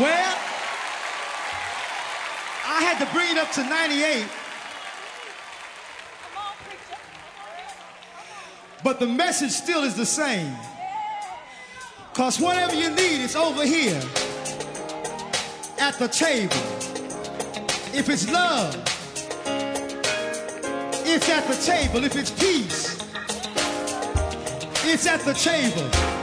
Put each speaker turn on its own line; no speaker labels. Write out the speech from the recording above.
Well, I had to bring it up to 98, but the message still is the same. Because whatever you need is over here at the table. If it's love, it's at the table. If it's peace, it's at the table.